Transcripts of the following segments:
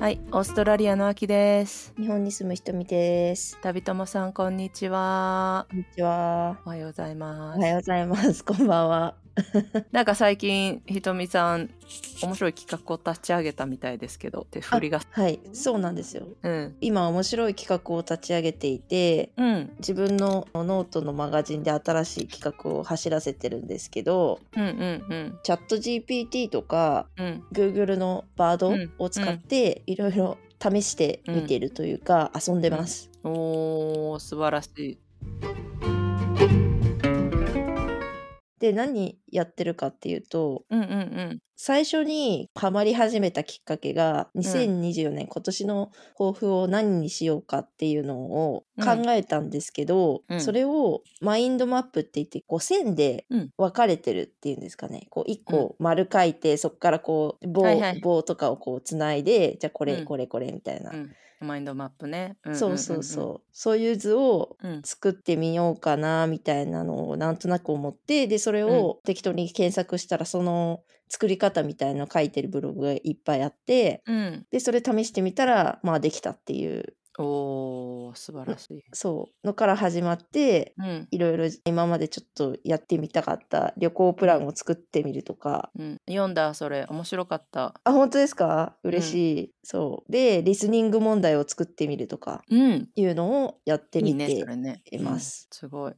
はい、オーストラリアの秋です。日本に住むひとみです。旅友さん、こんにちは。こんにちは。おはようございまおはようございます。こんばんは。す。なんか最近、ひとみさん、面白い企画を立ち上げたみたいですけど、手振りが。はい、そうなんですよ。うん。今面白い企画を立ち上げていて、うん、自分のノートのマガジンで新しい企画を走らせてるんですけど、うん、うん、チャット GPT とかうん、うん。 Google のバードうんを使っていろいろ試してみてるというか、遊んでます。おー、素晴らしい。で、何やってるかっていうと、うん、うん、うん。最初にハマり始めたきっかけがん2024年、今年の抱負を何にしようかっていうのをうん考えたんですけど、うんそれをマインドマップって言ってこう線でうん分かれてるっていうんですかねこう1個丸書いてそこからこう棒,、はいはい棒とかをこうつないでじゃあこれ、うんこれこれみたいな、うん。マインドマップね。んそうそうそう,、。そういう図をうん、うん作ってみようかなみたいなのをなんとなく思ってでそれを適当に検索したらその作り方みたいの書いてるブログがいっぱいあってうん。うん。でそれ試してみたらまあできたっていうおー、素晴らしい。そうのから始まってうん。いろいろ今までちょっとやってみたかった旅行プランを作ってみるとか。うん、読んだそれ面白かったあ本当ですか嬉しい、そうでリスニング問題を作ってみるとかうんいうのをやっていいみねてそれねいますうんすご い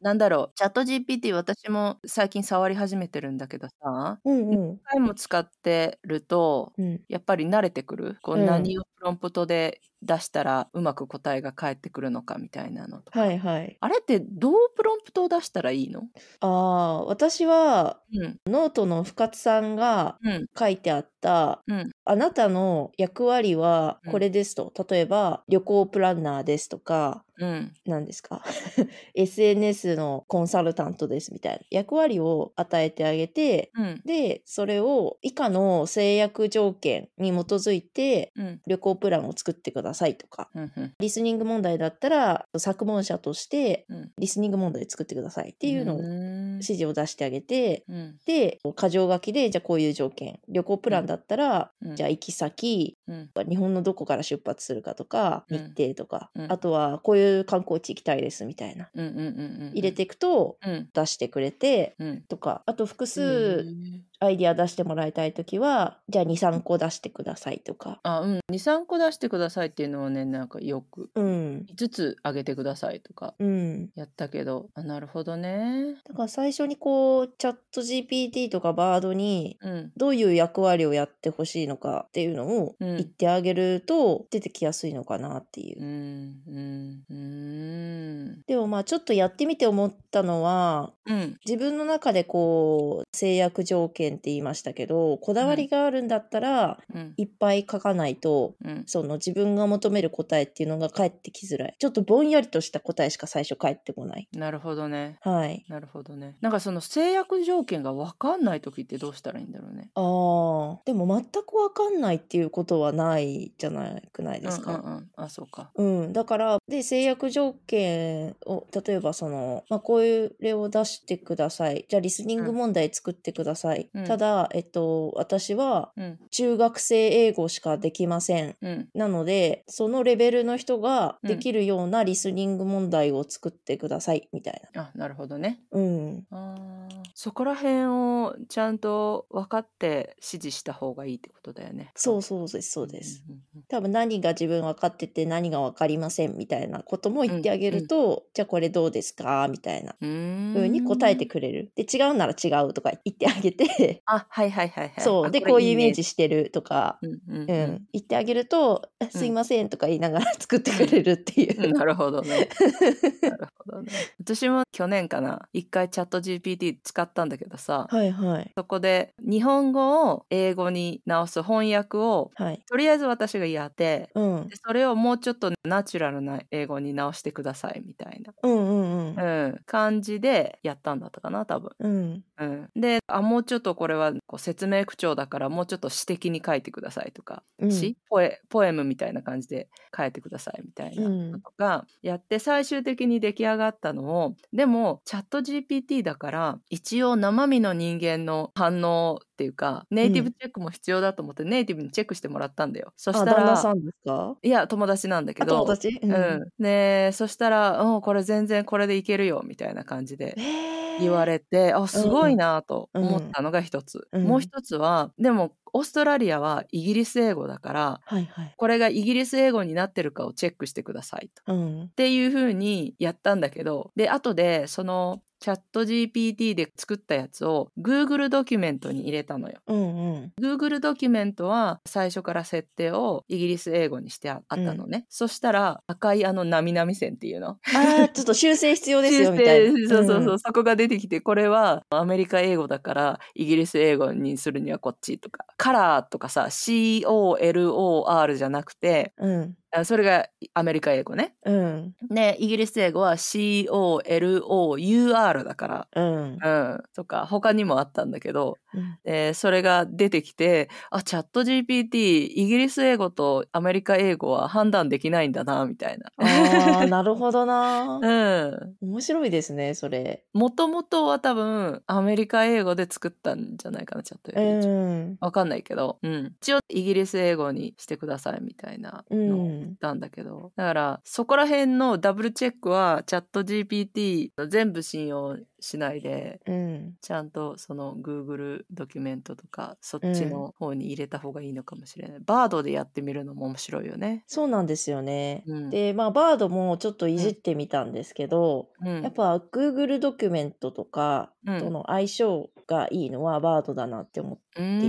なんだろうチャット GPT 私も最近触り始めてるんだけどさうんうん何回も使ってるとうんやっぱり慣れてくるこううん何をプロンプトで出したらうまく答えが返ってくるのかみたいなのとか、はいはいあれってどうプロンプトを出したらいいのああ私はうんノートの深津さんがうん書いてあったうんあなたの役割はうんこれですと、例えば旅行プランナーですとかうん何ですか SNS のコンサルタントですみたいな役割を与えてあげてうんでそれを以下の制約条件に基づいてうん旅行プランを作ってくださいとかうんうんリスニング問題だったら作文者としてうんっリスニング問題作ってくださいっていうのをうん指示を出してあげて、うんで箇条書きでじゃあこういう条件旅行プランだったら、うんじゃあ行き先うん日本のどこから出発するかとかう日ん程とか、うんあとはこういう観光地行きたいですみたいなうんうんうんうん入れていくとうん出してくれてうんとかあと複う数んアイディア出してもらいたい時はじゃあ23個出してくださいとかあうん23個出してくださいっていうのをねなんかよくうん5つあげてくださいとかうんやったけどあなるほどねだから最初にこうチャット GPT とかバードにうんどういう役割をやってほしいのかっていうのをうん言ってあげると出てきやすいのかなっていうう。んうんうんでもまあちょっとやってみて思ったのはうん自分の中でこう制約条件って言いましたけどこだわりがあるんだったらうんいっぱい書かないとうんその自分が求める答えっていうのが返ってきづらいちょっとぼんやりとした答えしか最初返ってこないなるほどねはいなるほどねなんかその制約条件が分かんない時ってどうしたらいいんだろうねあーでも全くわかんないっていうことはないじゃなくないですか、うんうんうんあそうかうん、だからで制約条件を例えばその、まあ、こういう例を出してくださいじゃあリスニングうん問題作ってください、うんただ、えっと、私はうん中学生英語しかできませんうんなのでそのレベルの人がうんできるようなリスニング問題を作ってくださいみたいあなるほどねな、うん、あーそこら辺をちゃんと分かって指示した方がいいってことだよねそうそうですそうです、んんうん多分何が自分分かってて何が分かりませんみたいなことも言ってあげると、じゃあこれどうですかみたいなうふうーんに答えてくれる。で違うなら違うとか言ってあげ てあはいはいはいはいそうあでれこういうイねメージしてるとか、うんうんうんうん言ってあげると「あすいません」とか言いながら作ってくれるっていう。なるほどね。 なるほどね。私も去年かな、一回チャット GPT 使ったんだけどさ、はいはいそこで日本語を英語に直す翻訳を、はい。とりあえず私がやって、うんでそれをもうちょっとナチュラルな英語に直してくださいみたいうんうんうん。な、うん、感じでやったんだったかな多分、うん、うん、であもうちょっとこれはこう説明口調だからもうちょっと詩的に書いてくださいとかうん詩、ポエポエムみたいな感じで書いてくださいみたいなうんのとかやって最終的に出来上がったのをでもチャット GPT だから一応生身の人間の反応っっていうかネイティブチェックも必要だと思って、ネイティブにチェックしてもらったんだよそしあ、た旦那らさんですかいや友達なんだけあ、ど友達ううん、でそしたら「うんこれ全然これでいけるよ」みたいな感じでえー言われて、あすごいなと思ったのが一つ、うんもう一つはでもオーストラリアはイギリス英語だからはいはい。これがイギリス英語になってるかをチェックしてくださいと。うんっ。ていう風にやったんだけどで後でそのチャット GPT で作ったやつを Google ドキュメントに入れたのよ。うん うん。 Google ドキュメントは最初から設定をイギリス英語にしてああったのね、そしたら赤いあのなみなみ線っていうのああ、ちょっと修正必要ですよ、修みた正いな。 そうそうそう、ん。そこが出てきてこれはアメリカ英語だからイギリス英語にするにはこっちとかカラーとかさ COLOR じゃなくてうん。あそれがアメリカ英語ねうん。ねイギリス英語は COLOUR だからうん。うんとか他にもあったんだけどうんえーそれが出てきてあチャット GPT イギリス英語とアメリカ英語は判断できないんだなみたいな。 ああ、なるほどな。 うん、 面白いですね、それ。もともとは多分アメリカ英語で作ったんじゃないかなチャットう GPT。ん。わかんないけど、うん、一応イギリス英語にしてくださいみたいなうのを言っん。たんだけど、だからそこら辺のダブルチェックはチャット GPT 全部信用しないでうん。ちゃんとその Google ドキュメントとかそっちの方に入れた方がいいのかもしれない、バードでやってみるのも面白いよね。そうなんですよね。うんで、まあ、バードもちょっといじってみたんですけど、うんやっぱ Google ドキュメントとかうんとの相性がいいのはバードだなって思って、うー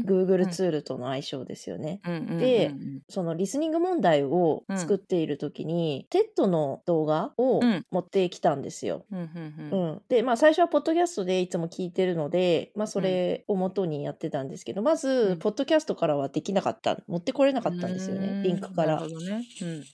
ん Google ツールとの相性ですよね。うんうんうんでうんそのリスニング問題をうん作っている時に、TED の動画をうん持ってきたんですよ。うんうんううんん、で、まあ、最初はポッドキャストでいつも聞いてるので、まあ、それを元にやってたんですけど、まうずんポッドキャストからはできなかった持ってこれなかったんですようーねリンクから。なるほどね。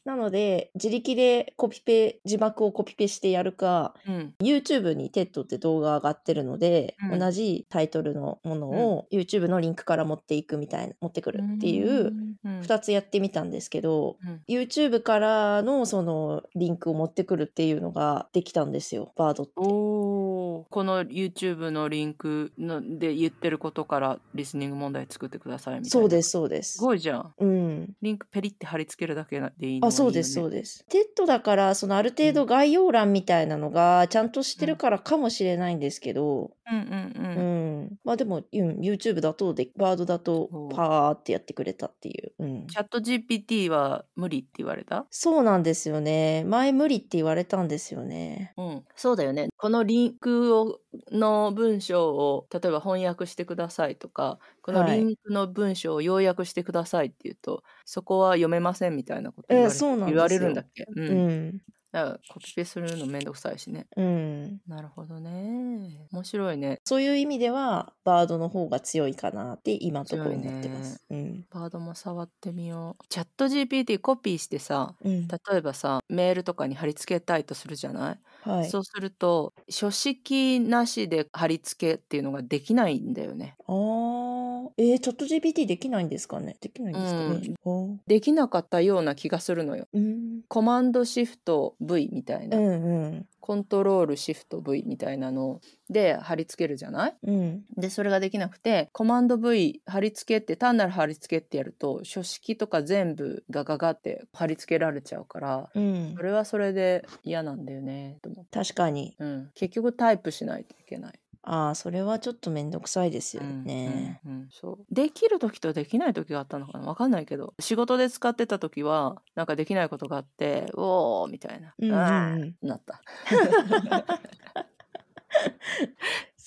なので自力でコピペ字幕をコピペしてやるかうんうん YouTube に TED って動画上がってるので、うん同じタイトルのものを YouTube のリンクから持っていくみたいな持ってくるっていううん2つやってみたんですけど、うん YouTube からのそのリンクを持ってくるっていうのができたんですよバードって。おーこの YouTube のリンクので言ってることからリスニング問題作ってくださいみたいなそうですすそうですす。ごいじゃんうん、リンクペリって貼り付けるだけでいいのあそうですそうですです。TED だからそのある程度概要欄みたいなのがちゃんとしてるからかもしれないんですけど、うんうんうん、うん、まあでも、うん、YouTube だとでバードだそとうパーってやってくれたっていう、うん、チャット GPT は無理って言われたそうなんですよね前無理って言われたんですよねうん、そうだよねこのリンクをの文章を例えば翻訳してくださいとかこのはいリンクの文章を要約してくださいっていうと、そこは読めませんみたいなことえー言われ,、そうなんですよ言われるんだっけ、うんうんだからコピペするのめんどくさいしねうんなるほどね面白いねそういう意味ではバードの方が強いかなって今のところ強いね思ってます、うんバードも触ってみようチャット GPT コピーしてさうん例えばさメールとかに貼り付けたいとするじゃない、はいそうすると書式なしで貼り付けっていうのができないんだよねあーえー、チャット GPT できないんですかねできないんですかね、ほうできなかったような気がするのよ。うん、コマンドシフト V みたいな、うんコントロールシフト V みたいなので貼り付けるじゃないうんうんでそれができなくてコマンド V 貼り付けって単なる貼り付けってやると書式とか全部ガガガって貼り付けられちゃうからうんそれはそれで嫌なんだよねと思って、確かにうん、結局タイプしないといけない。ああそれはちょっとめんどくさいですよね、うんうんうんそうできる時とできない時があったのかなわかんないけど仕事で使ってた時はなんかできないことがあって「うおー」みたいな「うんうんうんあーなった。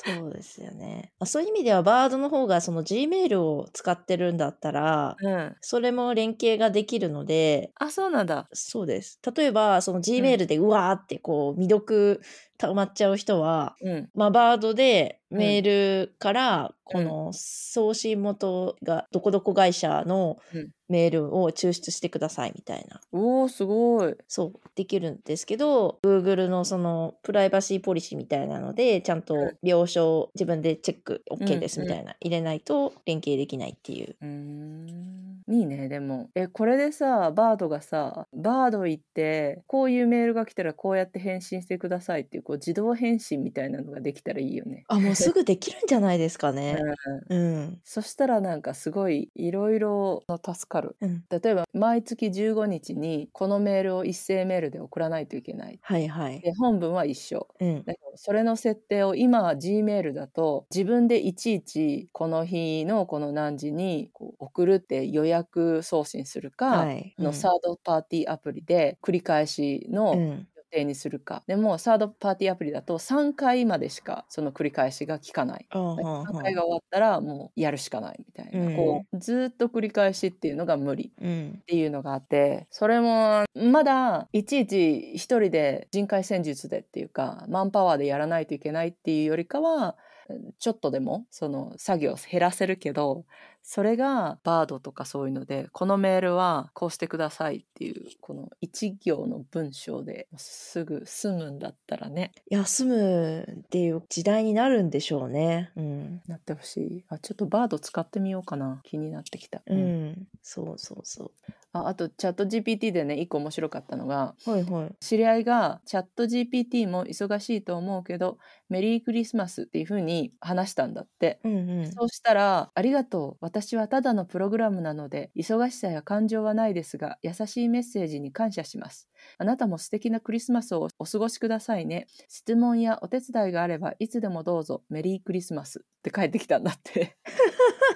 そうですよね。あそういう意味では、バードの方がその Gmail を使ってるんだったら、うん、それも連携ができるので、あそうなんだ。そうです。例えば、その Gmail でうわーってこう、未読溜まっちゃう人は、うん、まあ、バードでうんメールから、うこんの送信元がどこどこ会社のうんメールを抽出してくださいみたいな。おーすごい。そうできるんですけど Google のそのプライバシーポリシーみたいなのでちゃんとうん了承自分でチェックん OK ですみたいな、入れないと連携できないっていううーんいいね、でも。え、これでさ、バードがさ、バード行って、こういうメールが来たらこうやって返信してくださいっていう、こう自動返信みたいなのができたらいいよね。あ、もうすぐできるんじゃないですかね。うんうん。そしたらなんかすごいいろいろ助かる。うん。例えば毎月15日にこのメールを一斉メールで送らないといけない。はいはい。で本文は一緒。うん。だけどそれの設定を今 Gmail だと自分でいちいちこの日のこの何時にこう送るって予約送信するか、はい。のサードパーティーアプリで繰り返しうん、うのん。予定にするか、でもサードパーティーアプリだと3回までしかその繰り返しが効かない。あーはー3は回ーが終わったらもうやるしかないみたいな、うんこうずーっと繰り返しっていうのが無理うんっ。ていうのがあってそれもまだいちいち一人で人海戦術でっていうかマンパワーでやらないといけないっていうよりかはうんちょっとでもその作業を減らせるけどそれがバードとかそういうのでこのメールはこうしてくださいっていうこの一行の文章ですぐ済むんだったらね休むっていう時代になるんでしょうね。うん。なってほしいあちょっとバード使ってみようかな気になってきた、ううんん。そうそうそああとチャット GPT でね一個面白かったのがう。はいはい。知り合いがチャット GPT も忙しいと思うけどメリークリスマスっていう風に話したんだって、うんうん。そうしたら「ありがとう私はただのプログラムなので忙しさや感情はないですが優しいメッセージに感謝しますあなたも素敵なクリスマスをお過ごしくださいね質問やお手伝いがあればいつでもどうぞメリークリスマス」って返ってきたんだって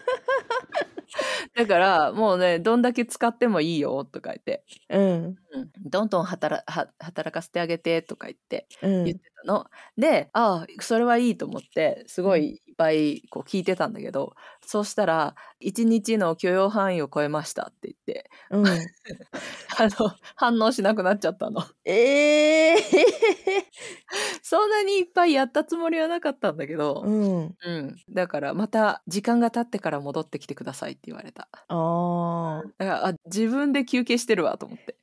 だからもうねどんだけ使ってもいいよとか言ってうん。うんどんどん働は働かせてあげてとか言ってう言ってん。たの、でああそれはいいと思ってすごいいっぱいこう聞いてたんだけど、そうしたら1日の許容範囲を超えましたって言っ てうん。あの反応しなくなっちゃったのええそんなにいっぱいやったつもりはなかったんだけど、うん。うん、だからまた時間が経ってから戻ってきてくださいって言われたああ。だからあ自分で休憩してるわと思って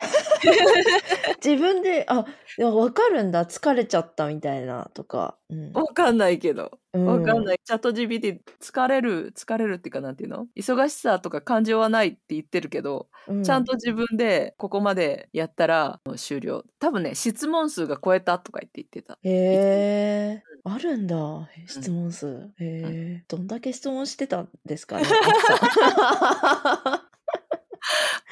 自分で、あ、でもわかるんだ。疲れちゃったみたいなとか。うん。わかんないけどうんわかんない。チャット GPT、疲れる、疲れるっていうか、なんていうの忙しさとか感情はないって言ってるけど、うちゃんと自分でここまでやったらもう終了。多分ね、質問数が超えたとか言って言って た。へえ、あるんだ。へ質問数。へえ、どんだけ質問してたんですかね。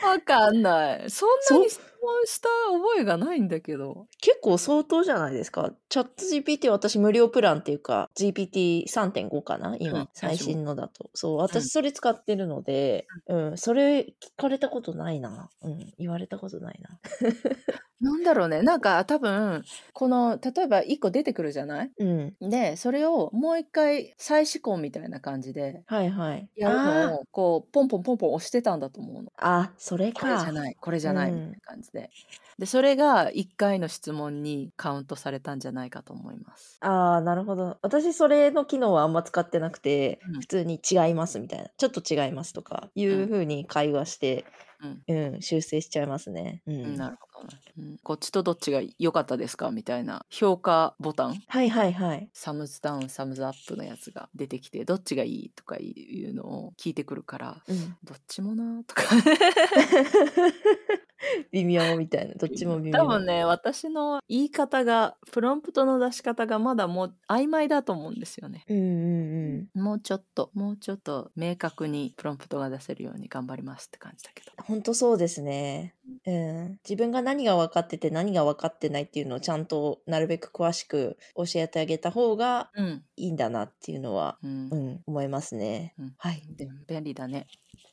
わかんない。そんなに質問した覚えがないんだけど。結構相当じゃないですか。チャット GPT 私無料プランっていうか GPT3.5 かな今、うん最新のだと。そう、私それ使ってるので、うん、それ聞かれたことないな。うん、言われたことないな。なんだろうね。なんか多分、この、例えば1個出てくるじゃないうん。で、それをもう一回再試行みたいな感じで、はいはい。やるのをこう、ポンポンポンポン押してたんだと思うの。あーあ、それこれじかゃ。ないこれじゃないうんみたいな感じで、でそれが1回の質問にカウントされたんじゃないかと思いますああ、なるほど。私、それの機能はあんま使ってなくて、うん普通に違いますみたいな、ちょっと違いますとか、いうふうに会話して、うん、修正しちゃいますね。ううんん。なるほどね、うんこっちとどっちが良かったですかみたいな評価ボタンはいはいはい。サムズダウンサムズアップのやつが出てきてどっちがいいとかいうのを聞いてくるから うん、どっちもなとか微妙みたいな、どっちも微妙。多分ね私の言い方がプロンプトの出し方がまだもう曖昧だと思うんですよねうんうんうん。もうちょっともうちょっと明確にプロンプトが出せるように頑張りますって感じだけど本当そうですね。うん、自分が何が分かってて何が分かってないっていうのをちゃんとなるべく詳しく教えてあげた方がうんいいんだなっていうのは、うんうん、思いますね。うんはい。でも便利だね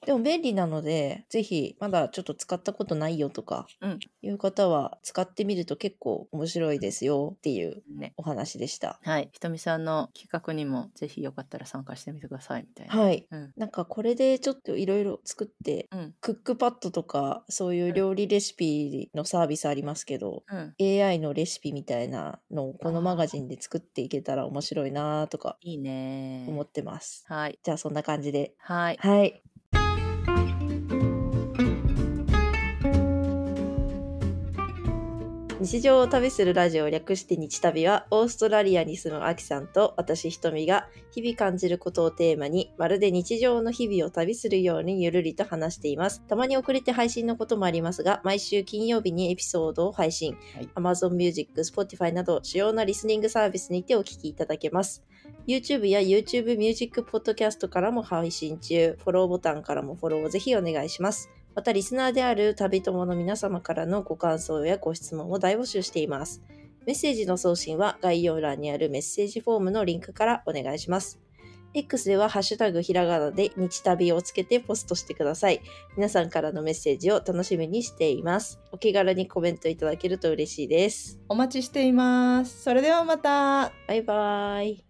でも便利なので、ぜひまだちょっと使ったことないよとか、うんいう方は使ってみると結構面白いですよっていうねお話でした。はいひとみさんの企画にもぜひよかったら参加してみてくださいみたいな、はい。うんなんかこれでちょっといろいろ作って、うんクックパッドとかそういう料理レシピのサービスありますけど、うん AI のレシピみたいなのをこのあーマガジンで作っていけたら面白いなとかいいね思ってます。はいじゃあそんな感じで。はいはい。日常を旅するラジオを略して日旅はオーストラリアに住むアキさんと私ひとみが日々感じることをテーマにまるで日常の日々を旅するようにゆるりと話していますたまに遅れて配信のこともありますが毎週金曜日にエピソードを配信、はい Amazon Music、Spotify など主要なリスニングサービスにてお聞きいただけます YouTube や YouTube Music Podcast からも配信中フォローボタンからもフォローをぜひお願いしますまたリスナーである旅友の皆様からのご感想やご質問を大募集しています。メッセージの送信は概要欄にあるメッセージフォームのリンクからお願いします。X ではハッシュタグひらがなで日旅をつけてポストしてください。皆さんからのメッセージを楽しみにしています。お気軽にコメントいただけると嬉しいです。お待ちしています。それではまた。バイバイ。